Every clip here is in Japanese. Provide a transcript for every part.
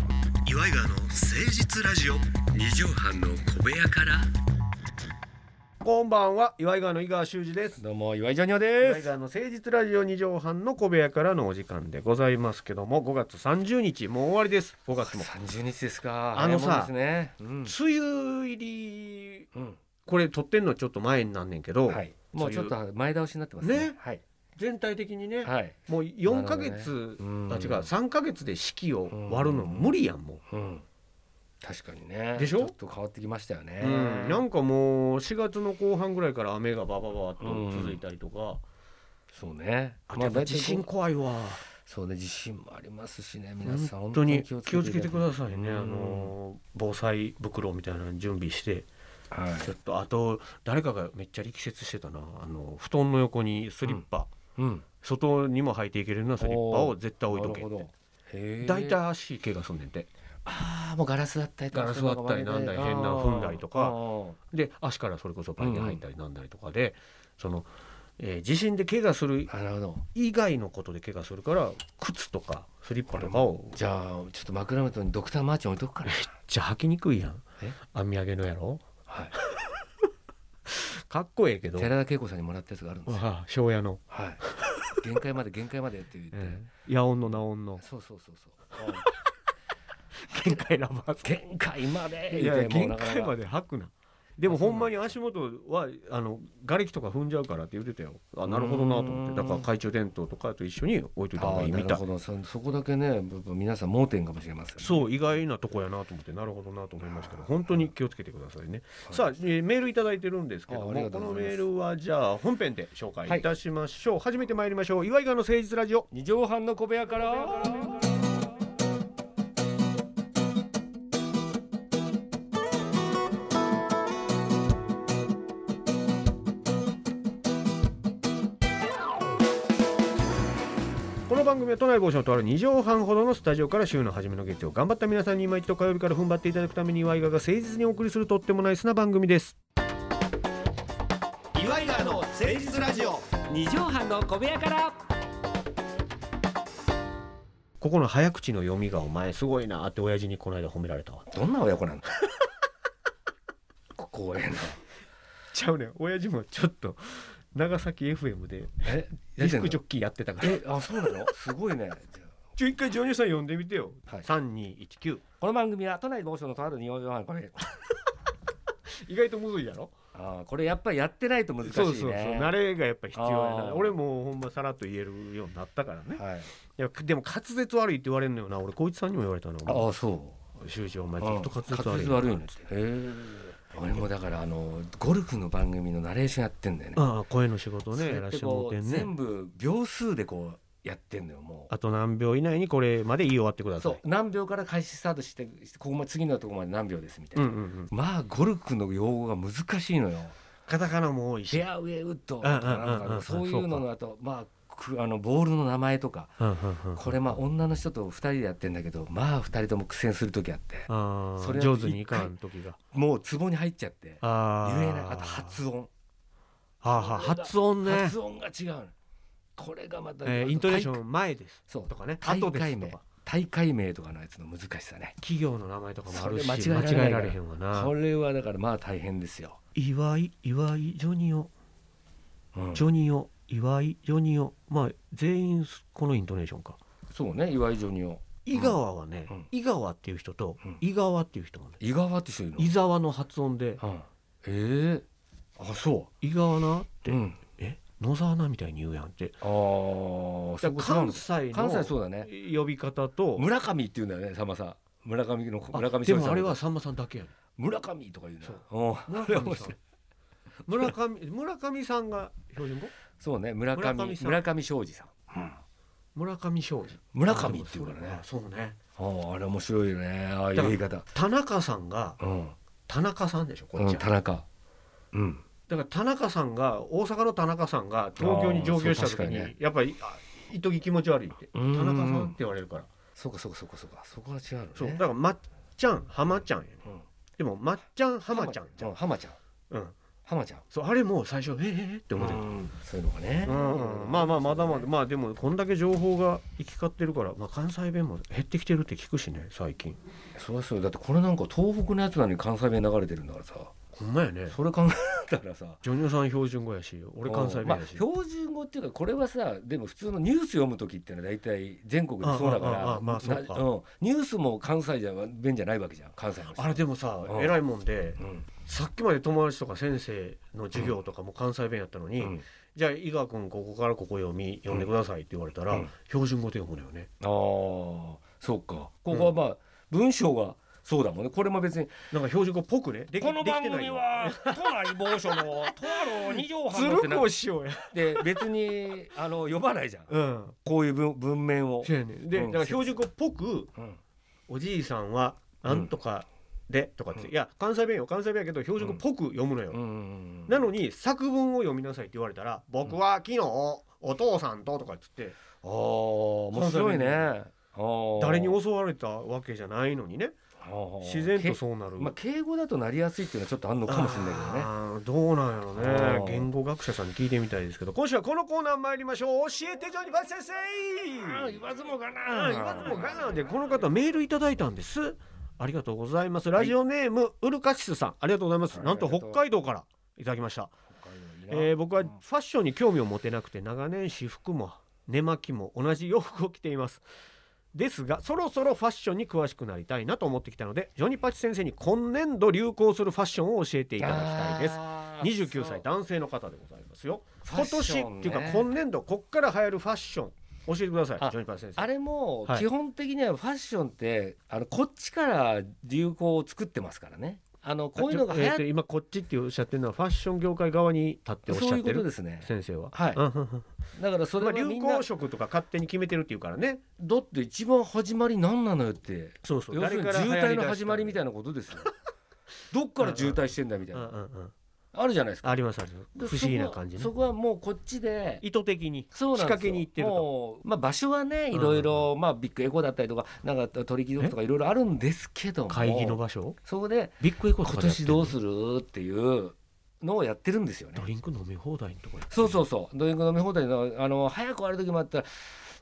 イガーの誠実ラジオ二畳半の小部屋からこんばんは岩井川の井川修司ですどうも岩井ジョニオ岩で井す川の誠実ラジオ2畳半の小部屋からのお時間でございますけども5月30日もう終わりです5月も三十日ですかあのさ早いもんですね梅雨入りうん、うんこれ撮ってんのちょっと前になんねんけど、はいもうちょっと前倒しになってますねねはい全体的にね、はいもう4ヶ月、うんあ違う3ヶ月で式を割るの無理やんもううん確かにねでしょちょっと変わってきましたよねうん、なんかもう4月の後半ぐらいから雨がバババっと続いたりとか、そうねあとやっぱ地震大体こ怖いわ、うそうね地震もありますしね皆さん本当に気を気をつけてくださいね、うんあの防災袋みたいなの準備してはいちょっとあと誰かがめっちゃ力説してたなあの布団の横にスリッパ、うん外にも履いていけるようなスリッパを絶対置いとけなるほどへー大体足怪我すんねんてああもうガラスだったりとかガラスだったりなんだり変な踏んだりとかあーで足からそれこそパンに入ったりなんだりとかで、その、えー地震で怪我するあーなるほど以外のことで怪我するから靴とかスリッパとかをじゃあちょっと枕元にドクターマーチン置いとくから、じゃあ履きにくいやんえ編み上げのやろはい、かっこええけど寺田恵子さんにもらったやつがあるんですよ、ああ庄屋の、はい、限界まで限界までって言って、野音の名音のそうそうそうそうあ限界ラバーー限界までいや言うても限うなかなか界まで履くなでもあほそうなんんまに足元はあの瓦礫とか踏んじゃうからって言ってたよあなるほどなと思っうーんてだから懐中電灯とかと一緒に置いといた方あがいーいなみるたいほどそそこだけねぶぶ皆さん盲点かもしれません、ね、そう意外なとこやなと思ってなるほどなと思いましたけど本当に気をつけてくださいね、はいさあ、えーメールいただいてるんですけどあありもことがうのございメますールはじゃあ本編で紹介いたしましょう、初めて参りましょう岩井川の誠実ラジオ二畳半の小部屋からこの番組は都内某所のとある2畳半ほどのスタジオから週の初めの月曜頑張った皆さんに今一度火曜日から踏ん張っていただくために岩井川が誠実にお送りするとってもナイスな番組です岩井川の誠実ラジオ二畳半の小部屋からここの早口の読みがお前すごいなって親父にこの間褒められたわどんな親子なんだここへのちゃうねん親父もちょっと長崎 FM でえディスクジョッキーやってたからえあそうなのすごいねじゃあちょ一回ジョニーさん読んでみてよ、はい3219この番組は都内某所のとある日本半これ意外とむずいやろあーこれやっぱりやってないと難しいねそうそうそう慣れがやっぱ必要やあなー俺もほんまさらっと言えるようになったからねはい、いやでも滑舌悪いって言われるのよな俺光一さんにも言われたのああそ修士おう前ずっと滑舌悪い滑ねってへえ俺もだからあのゴルフの番組のナレーションやってんだよねああ声の仕事をそれねやっらしててもこううてんね全部秒数でこうやってんのよもあと何秒以内にこれまで言い終わってくだうさいそう何秒から開始スタートしてここまで次のとこまで何秒ですみたいうんな、うんうんまあゴルフの用語が難しいのよカタカナも多いフしェアウェイウッドとうんうんかうんうんなんかそういうのそうのあとまあくあのボールの名前とかうんうんうんこれまあ女の人と2人でやってんだけどまあ2人とも苦戦する時あってあそあれを上手にいかん時がもう壺に入っちゃってあ言えないあと発発音はあはあ発音ね発音が違うのこれがまた、えーイントネーシンョン前ですそうとかね大後で会すと名か大会名とかのやつの難しさね企業の名前とかもあるしそれ間間違違えられないえられへんわなこれはだからまあ大変ですよ、岩井岩井ジョニオうんジョニオ、岩井、ジョニオ、まあ全員このイントネーションか。そうね岩井ジョニオ井川はね、うん井川っていう人とうん井川っていう人がね、井川って人いるの伊沢の発音でうんえー、あそ井川なっうて、うんえ野沢なみたいに言うやんって。あーそこ違う関の西関西そのうだね呼び方と、村上って言うんだよねさんまさん村上のあ村上で翔さんもあれはさんまさんだけやね。村上とか言うそうのようん村あれ面上白さいん。村上村上さんが標準語そうね村村上上さん村上庄司さん、村上庄司村上っていうからねあそうねあああれ面白いよねああいう言い方田中さんがうん、田中さんでしょこうっん、ちは田中うんだから田中さんが大阪の田中さんが東京に上京したあーそう確か時ににねやっぱりあ一時気持ち悪いって「田うん中さん」って言われるからそうかそうかそうかそうかそこは違うのねそうだからまっちゃん浜ちゃんやねうんでもまっちゃん浜ちゃんじゃんう浜ちゃんうん浜ちゃんそうあれも最初ええええって思ってた、うんそういうのがね、うんまあまあまだまだまあでもこんだけ情報が行き交ってるから、まあ、関西弁も減ってきてるって聞くしね最近そうそうだってこれなんか東北のやつなのに関西弁流れてるんだからさほんまやねそれ考えたらさジョニオさん標準語やし俺関西弁まあやし、標準語っていうかこれはさでも普通のニュース読む時っていうのは大体全国でそうだかああああらまあそうかなうんニュースも関西じゃ弁じゃないわけじゃん関西の人あれでもさうん偉いもんでうんさっきまで友達とか先生の授業とかも関西弁やったのに、うんじゃあ伊賀君ここからここ読み読んでくださいって言われたら、うん標準語で読むのよねああそうかここはまあ文章がそうだもんねこれも別になんか標準語っぽくねできこのでき番てない組は都内某所のとある二畳半のって鶴な子しようや、で別にあの呼ばないじゃんうん、こういう文文面をそ、うやねで、うんだから標準語っぽくうんおじいさんはなんとかでとかって、うんいや関西弁よ関西弁やけど標準語っぽく読むのよ、うんなのに作文を読みなさいって言われたら「僕は昨日お父さんと」とかっつってああ面白いねあー誰に襲われたわけじゃないのにねあー自然とそうなる。まあ、敬語だとなりやすいっていうのはちょっとあんのかもしれないけどね。あーどうなんやろあねー言語学者さんに聞いてみたいですけど今週はこのコーナー参りましょう教えてジョニバ先生あー言わずもがあな。言わずもがなでこの方メールいただいたんですありがとうございますラジオネーム、ウルカシスさんありがとうございますはいなんとありがと北う海道からいただきました、えー僕はファッションに興味を持てなくて長年私服も寝巻きも同じ洋服を着ていますですがそろそろファッションに詳しくなりたいなと思ってきたのでジョニパチ先生に今年度流行するファッションを教えていただきたいです29歳だ。男性の方でございますよファ今ッシ年ョっンねていうか今年度こっから流行るファッション教えてくださいあジョニパチ先生あれもはい基本的にはファッションって、あのこっちから流行を作ってますからね。あのこういうのが流え行ーっと今こっちっておっしゃってるのはファッション業界側に立っておっしそゃういっうてことるですね。先生は。はいうんうんうんだからそれまあは流みんな行色とか勝手に決めてるっていうからね。だって一番始まりなんなのよって。そうそ要するに渋滞の始まりみたいいなことですよ。 どっから渋滞してんだみたいなうんうんうん。あるじゃないですか。ありますありま。です不思議な感じねそ。こはそこはもうこっちで意図的に。そうなんですよ仕掛けに行ってるともう、まあ、場所はねんいろいろ、まあ、ビッグエコーだったりとかなんか取引所とかいろいろあるんですけども会議の場所そこでビッグエコとか今でやって年るどうするっていうのをやってるんですよねド。リンク飲み放題のとこやそうそうそうドリンク飲み放題のあの早く終わる時もあったら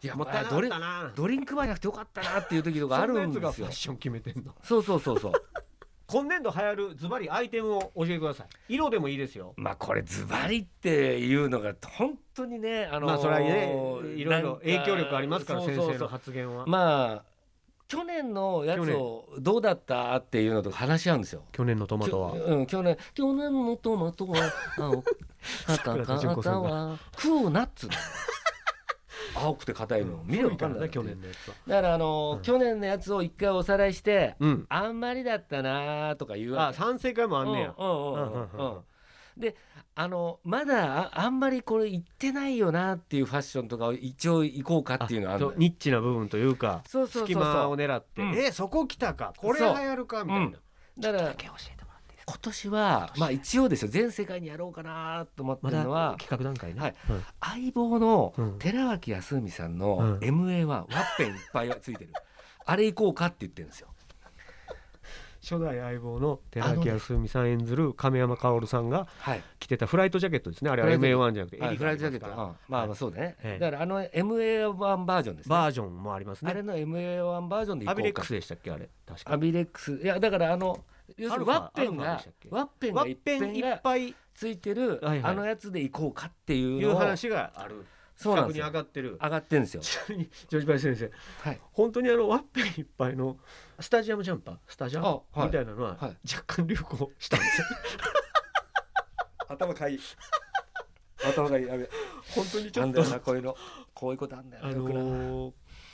いやももっったたいいなかっなかったたな。ドリンクバーじゃなくてよかったなっていう時とかあるんそなやでつすがフよァッ。ション決めてんの。そうそうそうそう。 今年度流行るズバリアイテムを教えてください。色でもいいですよ。まあこれズバリっていうのが本当にねあのまあそれはね、いろいろ影響力ありますからなん先そうそう生そのう発言は。まあ去年のやつをどうだったっていうのと話し合うんですよ。去年のトマトはき。ょうん、去年去年のトマト は青く桜田淳子赤さんかがはクオナッツだ 青くて硬いの見れば分かるんだ去年のやつは。だからあのーうん去年のやつを一回おさらいしてうん。あんまりだったなーとか言うわあ、け賛成会もあんねや。うんうんうんうんうんううんんうんであのまだああんまりこれ行ってないよなっていうファッションとかを一応行こうかっていうのはあるそんうだよニッチな部分というか、そうそうそう隙間をそう狙って、うんえ、そこ来たか、これ流行るかみたいな。だか教えてもららっていいですか今年はまあ一応ですよ全世界にやろうかなと思ってまるのだは企画段階ね。はいうん相棒のうん寺脇康文さんうのん MA はワッペンいっぱいついてる あれ行こうかって言ってるんですよ初代相棒の寺あの脇ね康文さん演ずる亀山薫さんがはい着てたフライトジャケットですね。あれはフライト MA1 じゃなくて、はい襟フがあラりイトますジャケッかトらうんまあまあそうだええねだからあの MA1 バージョンですねバージョンもありますあね。れの MA1 バージョンでアビ行こレッうクかスでしたっけあれ。確かアビレックスいやだからあの要するにアルワファッアペンルファでがしたっけワッペンワがいッっペぺンんいっがぱいついてるはいはいあのやつで行こうかっていいううのを話がある。そうなんです企画に上よがってる。上がってるんですよちなみにジョージバイ先生、はい本当にあのワッペンいっぱいのスタジアムジャンパースタジャン、あはいみたいなのははい若干流行したんですよ頭 かいい頭がいいやべ本当にちなょんっだとよなこういうのこういうことあんだよあ なよのくなー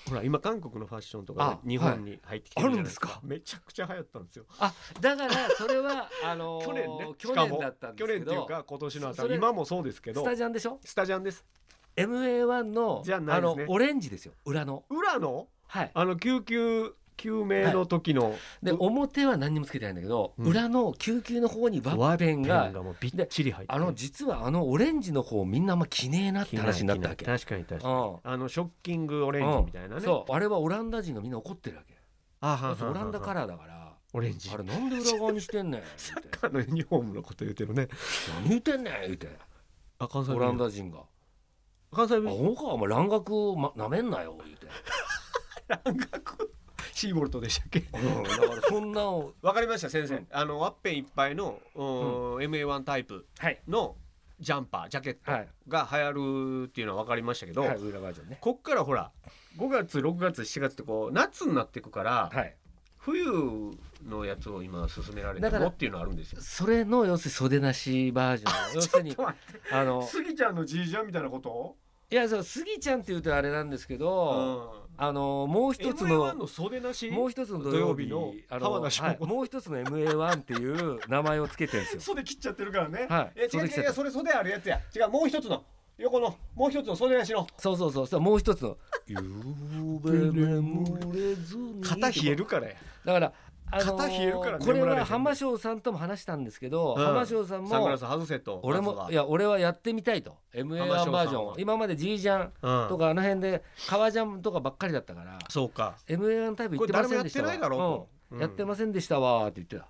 ほら今韓国のファッションとかあ日本に入ってきてじゃないはいあめちゃくちゃ流行ったんですよあだからそ れはあのー去年ね去年だったんですけしかも去年っていうどか今年のそそ頭れ今もそうですけどスタジャンでしょスタジャンです MA1 のじゃないあですのねオレンジですよ裏の裏のはいあの救急救命の時の、でう表は何にもつけてないんだけど、うん裏の救急の方にワッペンワッペがもうびっちり入ってあの実はあのオレンジの方みんなあんま着ねえなって話になったわけ、確かに確かにうあのショッキングオレンんジみたいなね、そうあれはオランダ人がみんな怒ってるわけあはんはんはんはんオランダカラーだからオレンジあれなんで裏側にしてん ねんサッカーのユニフォームのこと言ってるね何言ってんねん言うてあ関西オ弁ランダ人が関西「あ弁ほんかお前蘭学をまなめんなよ」言うて、蘭学シーボルトでしたっけうん、だからそんなをわかりました先生、うんあのワッペンいっぱいの、うん、MA1 タイプはいのジャンパージャケッはトいが流行るっていうのはわかりましたけど、はい裏バージョンねこっからほら5月6月7月ってこう夏になっていくから、はい冬のやつを今勧められてだからもっていうのあるんですよ。それの要するに袖なしバージョン要するに待あのスギちゃんのじいちゃんみたいなこと？いやそうスギちゃんっていうとあれなんですけど、う。あのもうん一一つつののの袖なし。もう一つの土曜日土曜日のあ浜田省吾はいもう一つの MA1 っていう名前をつけてるんですよ。 袖切っちゃってるからね。はいえ違う袖切っちゃ違っうたそれ袖あるやつや。違うもう一つの横のもう一つの袖なしの。そうそうそうそうもう一つの「ゆうべ眠れずに」るからや。だから、あのー肩冷えるから眠こられへれんねは浜翔さんとも話したんですけど、うん浜翔さんサングラもス外せと。俺まずもはいや俺はやってみたいと浜翔さ MA1 んバはージョンを今まで G ジャンうんとかあの辺で革ジャンとかばっかりだったからそうか。 MA1 タイプ行ってませんでしたわこれ誰もやってないだろうとうんうんやってませんでしたわーって言ってた。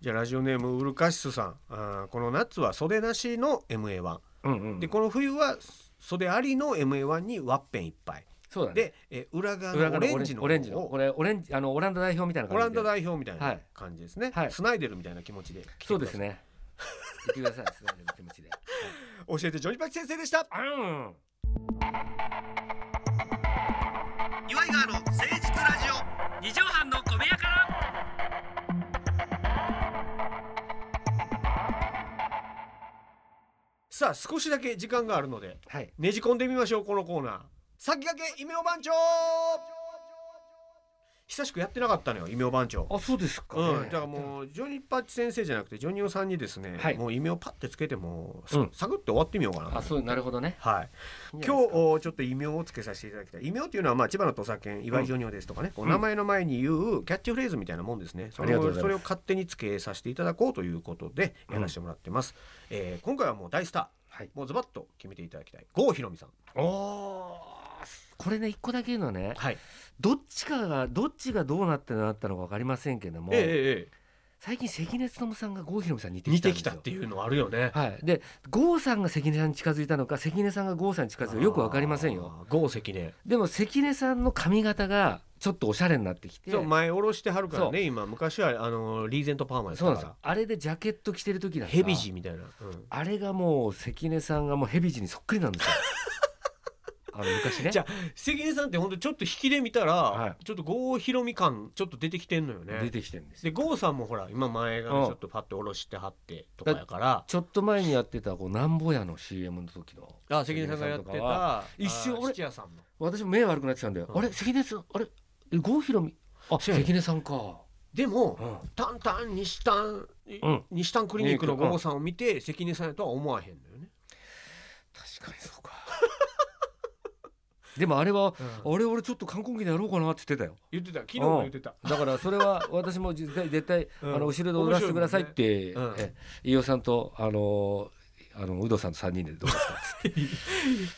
じゃあラジオネームウルカシスさん。あーこの夏は袖なしの MA1。うんうんでこの冬は袖ありの MA1 にワッペンいっぱい。そうだねで、えー裏側裏の側オのレンジのオレンジの方をこれオレンジあのオランダ代表みたいなオラ感ンじでダ代表みたいはない感じですね、はいスナイデルみたいな気持ちで来てそうくでださすいね言ってください素直な気持ちで、教えてジョニパキ先生でしたうん岩井川の誠実ラジオ二畳半の小部屋からさあ少しだけ時間があるのではいねじ込んでみましょうこのコーナー先駆け異名番長久しくやってなかったのよ異名番長あそうですか、うん、だからもうジョニパッチ先生じゃなくてジョニオさんにですね、はいもう異名をパッてつけてもさ、うんサクッて終わってみようかなあそうなるほどねはい今今日おちょっと異名をつけさせていただきたい異名っていうのは、まあ、千葉の土佐犬岩井ジョニオですとかね、こう名前の前に言うキャッチフレーズみたいなもんですねそありれがとうをございますそれを勝手につけさせていただこうということでうんやらせてもらってます、えー今回はもう大スタはいーもうズバッと決めていただきたい郷ひろみさんおーこれね一個だけ言うのはねはいどっちかがどっちがどうなってなったのかわかりませんけども、ええええ最近関根勤さんが郷ひろみさんに似て似きたんてできすたっていようのあるよねはいで郷さんが関根さんに近づいたのか関根さんが郷さんに近づいたのかよくわかりませんよあー郷関根でも関根さんの髪型がちょっとおしゃれになってきてそう前下ろしてはるからそね今昔はあのリーゼントパーマやったそうなかんですらよあれでジャケット着てる時なんかヘビジみたいな、うんあれがもう関根さんがもうヘビジにそっくりなんで すよあの昔ねじゃ関根さんって本当ちょっと引きで見たら、はちょっと郷ひろみ感ちょっと出てきてんのよ出ねてきてるんですでよ郷さんもほら今前う髪んちょっとパッて下ろしてはってとかやからちょっと前にやってたこうなんぼやの CM の時のあ関根さんがやって関根さんとかはた一瞬あ俺質屋さんの私も目悪くなってきたんだよ、うんあれ関根さんあれえ郷ひろみあそうやね関根さんか、でも、うんタンタン西丹、ん西丹クリニックの郷さんを見て、関根さんやとは思わへんのよね、確かにそうか でもあれは俺俺ちょっと観光機でやろうかなって言ってたよ言ってた昨日も言ってた、だからそれ は私も絶対絶対、うんあの後ろで踊らせてくださいって、面白いもんねえ飯尾さんとあのあの有働さんと三 人でどうですか、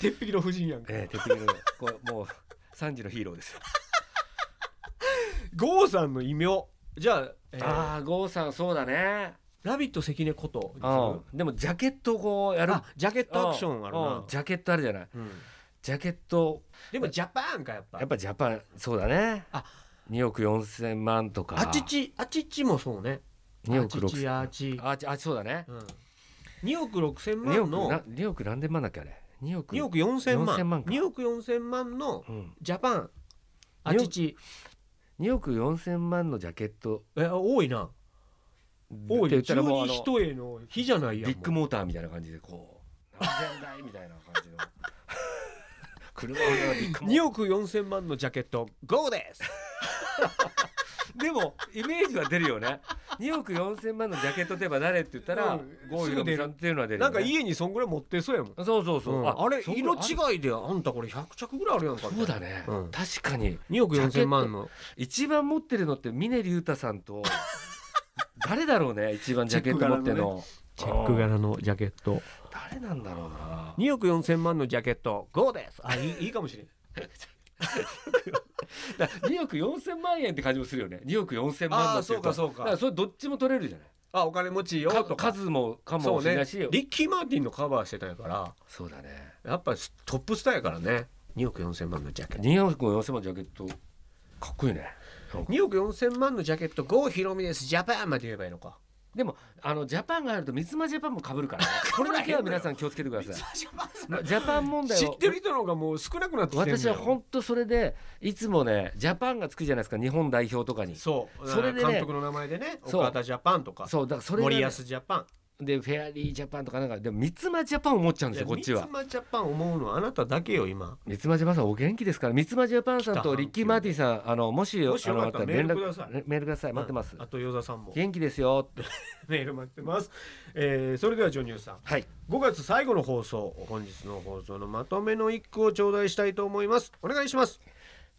鉄壁の夫人やんかええ、鉄壁のこうもう三時のヒーローですよ。郷さんの異名じゃあ、えーああ郷さんそうだね。ラビット関根こと」にするうん、でもジャケットをこうやる。あジャケットアクションあるう、なんジャケットあるじゃない。うんジャケットでもジャパンかやっぱやっぱジャパンそうだね。あ二億四千万とか。あちちあちちもそうね二億六あちち千。あちあちあそうだね。うん2億6千二万億のな二億何千万だっけあれ。二億。 2億4千万4000万か2億4千万のうん。ジャパンあ二ち億ち二億四千万のジャケット。え多いな多いって言よった十らもう二あの一重の日じゃないやんビッグもモーターみたいな感じでこう何千台みたいな感じ の車の中でビうッグモーター2億4千万のジャケット GO ですでもイメージは出るよね2億4千万のジャケットといえば誰って言ったらうん郷ひろみさんっていうのは出るなよんねか家にそんぐらい持ってそうやもんそうそうそう、うんあれそう色違いであんたこれ100着ぐらいあるやんあかそうだね、うん確かに2億4千万の一番持ってるのって峰竜太さんと 誰だろうね一番ジャケット持ってるのチェック柄のジャケットうん誰なんだろうな2億4千万のジャケット GO ですあいいいいかもしれん だから2億4千万円って感じもするよね2億4千万あだあっていそううとかそうだかからそれどっちも取れるじゃないあお金持ちよかとか数もかそもうしれねないしそう,、リッキー・マーティンのカバーしてたんやからだねやっぱトップスターやからね2億4千万のジャケット2億4千万ジャケットかっこいいね2億4千万のジャケット郷ひろみですジャパンまで言えばいいの かでもあのジャパンがあると水間ジャパンも 被るから、ね、これだけは皆さん気をつけてくださいまジャパン問題知をってる人の方がもう少なくなってきてる私は本当それでいつもねジャパンがつくじゃないですか日本代表とかにそうそれでね監督の名前でねそう岡田ジャパンとかそうだからそれがね、森保ジャパンでフェアリージャパンとかなんかでも三つ間ジャパンを持っちゃうんですよこっちは三つ葉ジャパン思うのはあなただけよ今三つ間ジャパンさんお元気ですから三つ間ジャパンさんとリッキー・マーティンさんあのもしもしよかったらあのメール連絡くださいねメールください待ってます、うんあと与田さんも元気ですよってメール待ってます、えー、それではジョニューさんはい5月最後の放送本日の放送のまとめの一句を頂戴したいと思いますお願いします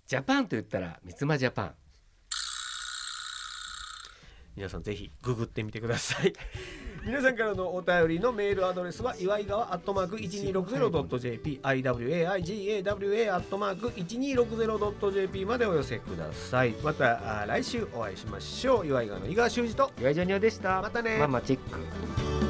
ジャパンと言ったら三つ間ジャパン皆さんぜひググってみてください 皆さんからのお便りのメールアドレスは岩井川アットマーク 1260.jp iwaigawa アットマーク 1260.jp までお寄せくださいまたあ来週お会いしましょう岩井川の井川修司と岩井ジョニオでしたまたねママチェック